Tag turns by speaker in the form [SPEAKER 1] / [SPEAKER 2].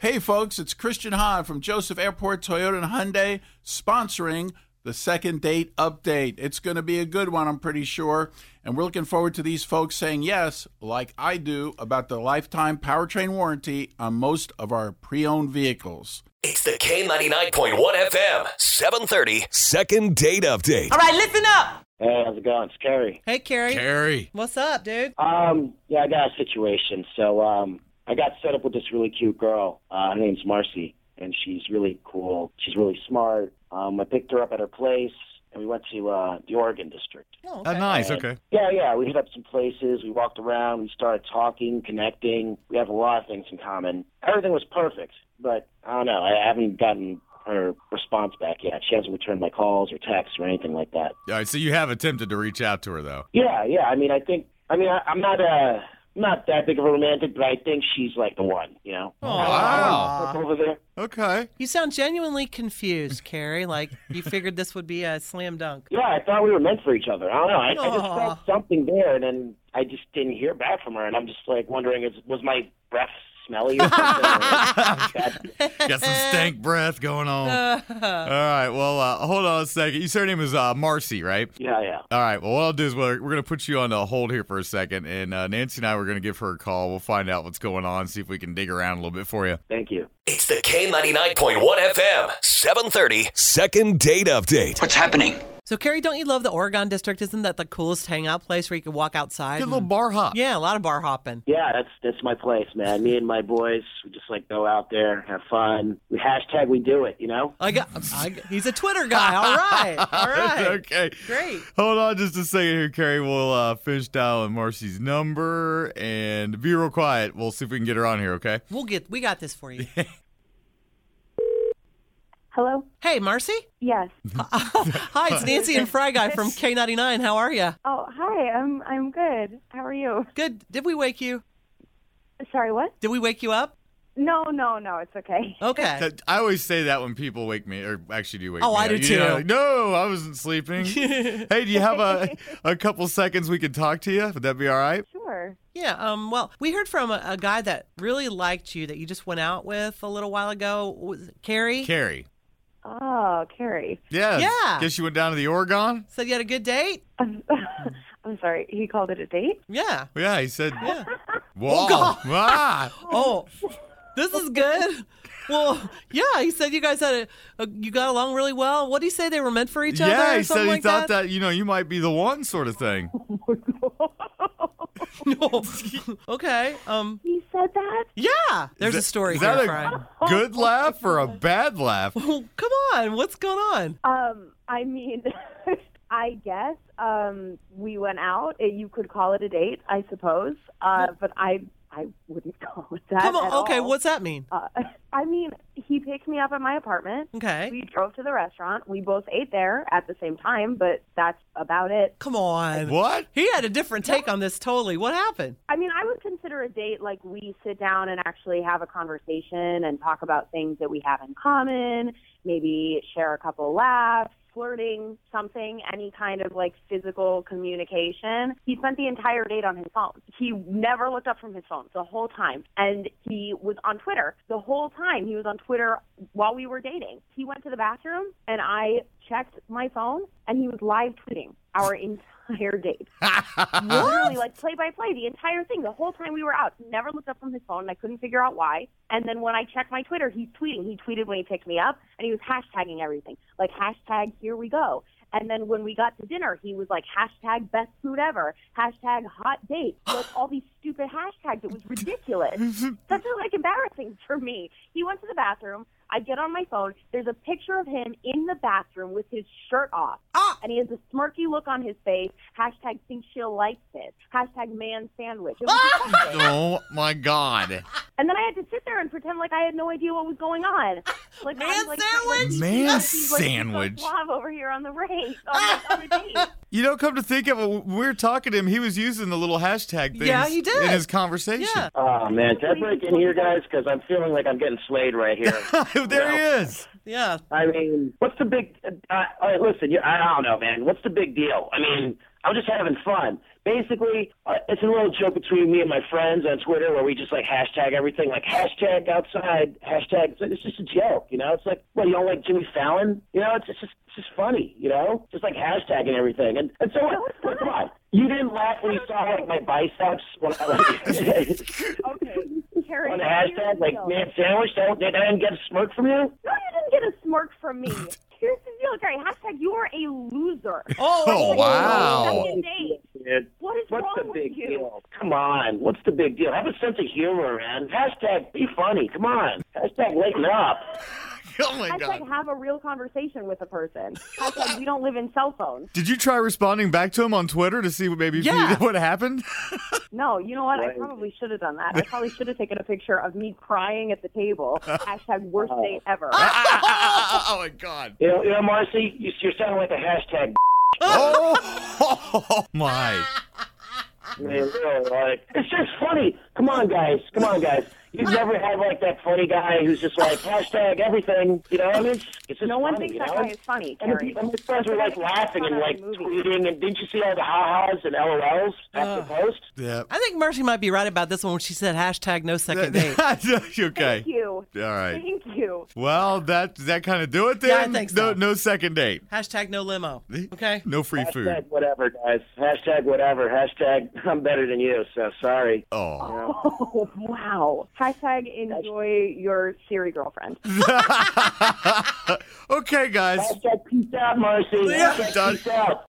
[SPEAKER 1] Hey, folks, it's Christian Hahn from Joseph Airport Toyota and Hyundai sponsoring the second date update. It's going to be a good one, I'm pretty sure. And we're looking forward to these folks saying yes, like I do, about the lifetime powertrain warranty on most of our pre owned vehicles.
[SPEAKER 2] It's the K99.1 FM, 730.
[SPEAKER 3] Second date update.
[SPEAKER 4] All right, listen up.
[SPEAKER 5] Hey, how's it going? It's Kerry.
[SPEAKER 4] Hey, Carrie.
[SPEAKER 1] Gary.
[SPEAKER 4] What's up, dude?
[SPEAKER 5] Um, yeah, I got a situation. So, um, I got set up with this really cute girl. Uh, her name's Marcy, and she's really cool. She's really smart. Um, I picked her up at her place, and we went to uh, the Oregon District.
[SPEAKER 4] Oh,
[SPEAKER 6] Oh,
[SPEAKER 4] okay.
[SPEAKER 6] nice.
[SPEAKER 5] And-
[SPEAKER 6] Okay.
[SPEAKER 5] Yeah, yeah. We hit up some places. We walked around. We started talking, connecting. We have a lot of things in common. Everything was perfect, but I don't know. I haven't gotten her response back yet. She hasn't returned my calls or texts or anything like that.
[SPEAKER 6] All right. So you have attempted to reach out to her though.
[SPEAKER 5] Yeah, yeah. I mean, I think. I mean, I, I'm not uh not that big of a romantic, but I think she's like the one. You know.
[SPEAKER 4] Oh.
[SPEAKER 6] Wow.
[SPEAKER 5] Look Over there.
[SPEAKER 6] Okay.
[SPEAKER 4] You sound genuinely confused, Carrie. Like you figured this would be a slam dunk.
[SPEAKER 5] Yeah, I thought we were meant for each other. I don't know. I, I just
[SPEAKER 4] Aw.
[SPEAKER 5] felt something there, and then I just didn't hear back from her, and I'm just like wondering, is was my breath smelly or something? Or-
[SPEAKER 6] Got some stank breath going on.
[SPEAKER 4] Uh,
[SPEAKER 6] All right. Well, uh, hold on a second. Your surname is uh, Marcy, right?
[SPEAKER 5] yeah, yeah.
[SPEAKER 6] All right. Well, what I'll do is we're, we're going to put you on a hold here for a second, and uh, Nancy and I were going to give her a call. We'll find out what's going on, see if we can dig around a little bit for you.
[SPEAKER 5] Thank you.
[SPEAKER 2] It's the K99.1 FM, 730.
[SPEAKER 3] Second date update.
[SPEAKER 7] What's happening?
[SPEAKER 4] So, Carrie, don't you love the Oregon District? Isn't that the coolest hangout place where you can walk outside?
[SPEAKER 6] Get a little
[SPEAKER 4] and-
[SPEAKER 6] bar hop.
[SPEAKER 4] Mm. yeah, a lot of bar hopping.
[SPEAKER 5] Yeah, that's that's my place, man. Me and my boys, we just like go out there, have fun. We hashtag we do it, you know.
[SPEAKER 4] I got. uh, I, he's a Twitter guy. All right. All right.
[SPEAKER 6] okay.
[SPEAKER 4] Great.
[SPEAKER 6] Hold on just a second here, Carrie. We'll uh, fish dial in Marcy's number and be real quiet. We'll see if we can get her on here, okay?
[SPEAKER 4] We'll get. We got this for you.
[SPEAKER 8] Hello?
[SPEAKER 4] Hey, Marcy.
[SPEAKER 8] Yes.
[SPEAKER 4] Mm-hmm.
[SPEAKER 6] Mm-hmm.
[SPEAKER 4] Hi, it's Nancy and Fry Guy from K99. How are you?
[SPEAKER 8] Oh, hi. I'm I'm good. How are you?
[SPEAKER 4] Good. Did we wake you?
[SPEAKER 8] Sorry, what?
[SPEAKER 4] Did we wake you up?
[SPEAKER 8] No, no, no. It's okay.
[SPEAKER 4] Okay.
[SPEAKER 6] That- I always say that when people wake me, or actually do wake
[SPEAKER 4] Oh,
[SPEAKER 6] me
[SPEAKER 4] I
[SPEAKER 6] up.
[SPEAKER 4] do
[SPEAKER 6] You
[SPEAKER 4] too.
[SPEAKER 6] know, like, no, I wasn't sleeping. hey, do you have a, a couple seconds we could talk to you? Would that be all right?
[SPEAKER 8] Sure.
[SPEAKER 4] Yeah. Um. Well, we heard from a, a guy that really liked you that you just went out with a little while ago. Was it Carrie
[SPEAKER 6] Carrie.
[SPEAKER 8] Oh, Carrie.
[SPEAKER 6] Yes.
[SPEAKER 4] Yeah.
[SPEAKER 6] Guess you went down to the Oregon?
[SPEAKER 4] said you had a good date.
[SPEAKER 8] I'm,
[SPEAKER 4] Mm-hmm.
[SPEAKER 8] I'm sorry. He called it a date?
[SPEAKER 4] Yeah.
[SPEAKER 6] Yeah, he said. Yeah.
[SPEAKER 4] Oh, God.
[SPEAKER 6] Wow.
[SPEAKER 4] Oh, this is good. Well, yeah. He said you guys had a, a you got along really well. What did he say they were meant for each other?
[SPEAKER 6] yeah,
[SPEAKER 4] or
[SPEAKER 6] he said
[SPEAKER 4] something
[SPEAKER 6] he
[SPEAKER 4] like
[SPEAKER 6] thought that? you know, you might be the one sort of thing.
[SPEAKER 4] No. okay. Um.
[SPEAKER 8] He said that?
[SPEAKER 4] Yeah. There's
[SPEAKER 6] that-
[SPEAKER 4] a story
[SPEAKER 6] is
[SPEAKER 4] here,
[SPEAKER 6] that a-
[SPEAKER 4] Fry.
[SPEAKER 6] Good laugh or a bad laugh?
[SPEAKER 4] Oh, come on. What's going on?
[SPEAKER 8] Um, I mean, I guess um we went out. Eh, You could call it a date, I suppose. Uh, but I I wouldn't call it that.
[SPEAKER 4] Come
[SPEAKER 8] at
[SPEAKER 4] on. Okay.
[SPEAKER 8] all.
[SPEAKER 4] What's that mean?
[SPEAKER 8] Uh, I mean, he picked me up at my apartment.
[SPEAKER 4] Okay.
[SPEAKER 8] We drove to the restaurant. We both ate there at the same time, but that's about it.
[SPEAKER 4] Come on.
[SPEAKER 6] What?
[SPEAKER 4] He had a different take on this totally. What happened?
[SPEAKER 8] I mean, I would consider a date like we sit down and actually have a conversation and talk about things that we have in common, maybe share a couple laughs, flirting, something, any kind of like physical communication. He spent the entire date on his phone. He never looked up from his phone the whole time. And he was on Twitter the whole time. He was on Twitter while we were dating. He went to the bathroom and I checked my phone and he was live tweeting our entire date. Literally, like play by play, the entire thing, the whole time we were out. Never looked up from his phone, and I couldn't figure out why. And then when I checked my Twitter, he's tweeting. He tweeted when he picked me up, and he was hashtagging everything, like hashtag here we go. And then when we got to dinner, he was like hashtag best food ever, hashtag hot date, like all these stupid hashtags. It was ridiculous. That's just, like embarrassing for me. He went to the bathroom. I get on my phone. There's a picture of him in the bathroom with his shirt off.
[SPEAKER 4] Ah!
[SPEAKER 8] And he has a smirky look on his face. Hashtag think she'll like this. Hashtag man sandwich. It was
[SPEAKER 4] Ah!
[SPEAKER 8] disgusting.
[SPEAKER 6] Oh my God.
[SPEAKER 8] and then I had to sit there and pretend like I had no idea what was going on. Like
[SPEAKER 4] Man
[SPEAKER 8] I'm, like,
[SPEAKER 4] sandwich?
[SPEAKER 6] Man
[SPEAKER 8] He's, like, so
[SPEAKER 6] sandwich.
[SPEAKER 8] suave over here on the race.
[SPEAKER 4] Ah!
[SPEAKER 8] On the, on the date.
[SPEAKER 6] You know, come to think of it, when we were talking to him. He was using the little hashtag things
[SPEAKER 4] Yeah, he did.
[SPEAKER 6] in his conversation.
[SPEAKER 4] Yeah.
[SPEAKER 5] Oh man, can I break in here, guys? Because I'm feeling like I'm getting slayed right here.
[SPEAKER 6] there he is.
[SPEAKER 4] Yeah.
[SPEAKER 5] I mean, what's the uh, big? Uh, all right, listen, you, I don't know, man. What's the big deal? I mean, I'm just having fun. basically, uh, it's a little joke between me and my friends on Twitter where we just like hashtag everything, like hashtag outside, hashtag. It's, it's just a joke, you know. It's like, well, you don't like Jimmy Fallon, you know? It's, it's just, it's just funny, you know. Just like hashtagging everything, and and so what? Come on, you didn't laugh when you saw like my biceps when I was
[SPEAKER 8] Okay, Carrie.
[SPEAKER 5] on the
[SPEAKER 8] here's the
[SPEAKER 5] hashtag, like
[SPEAKER 8] deal.
[SPEAKER 5] man sandwich. That, that didn't get a smirk from you.
[SPEAKER 8] No, you didn't get a smirk from me. Here's the deal, Carrie. Hashtag you are a loser.
[SPEAKER 4] Oh,
[SPEAKER 6] Oh, wow.
[SPEAKER 8] Second date.
[SPEAKER 5] Dude,
[SPEAKER 8] What is
[SPEAKER 5] What's
[SPEAKER 8] wrong
[SPEAKER 5] the big
[SPEAKER 8] with you?
[SPEAKER 5] deal? Come on. What's the big deal? Have a sense of humor, man. Hashtag be funny. Come on. Hashtag lighten up.
[SPEAKER 6] Oh my
[SPEAKER 8] Hashtag
[SPEAKER 6] god.
[SPEAKER 8] have a real conversation with a person. Hashtag we don't live in cell phones.
[SPEAKER 6] Did you try responding back to him on Twitter to see what maybe if you
[SPEAKER 4] Yeah.
[SPEAKER 6] knew what happened?
[SPEAKER 8] No, you know what? I
[SPEAKER 5] Right.
[SPEAKER 8] probably should have done that. I probably should have taken a picture of me crying at the table.
[SPEAKER 6] Uh-huh.
[SPEAKER 8] Hashtag worst date ever.
[SPEAKER 6] oh my god.
[SPEAKER 5] You know, you know Marcy, you, you're sounding like a hashtag.
[SPEAKER 6] Oh my.
[SPEAKER 5] Man, really, like, it's just funny. Come on, guys. Come on, guys. You've never had like that funny guy who's just like hashtag everything. You know, what I mean, it's, it's just
[SPEAKER 8] No one
[SPEAKER 5] funny, you
[SPEAKER 8] thinks that
[SPEAKER 5] know?
[SPEAKER 8] guy is funny,
[SPEAKER 5] And the
[SPEAKER 8] Carrie.
[SPEAKER 5] people- and the friends were like laughing and like tweeting. And didn't you see all the ha-has and LOLs after post?
[SPEAKER 6] Yeah.
[SPEAKER 4] I think Marcy might be right about this one when she said hashtag no second date.
[SPEAKER 6] okay.
[SPEAKER 8] Thank you.
[SPEAKER 6] All right.
[SPEAKER 8] Thank you.
[SPEAKER 6] Well, that does that kind of do it then.
[SPEAKER 4] Yeah, I think so.
[SPEAKER 6] No, no second date.
[SPEAKER 4] hashtag no limo. Okay.
[SPEAKER 6] No free food.
[SPEAKER 5] Hashtag whatever, guys. Hashtag whatever. Hashtag I'm better than you, so sorry.
[SPEAKER 6] Oh.
[SPEAKER 8] Oh, wow. Hashtag enjoy your Siri girlfriend.
[SPEAKER 6] okay, guys.
[SPEAKER 5] Hashtag peace out, Marcy.
[SPEAKER 6] Yeah.
[SPEAKER 5] Hashtag peace out.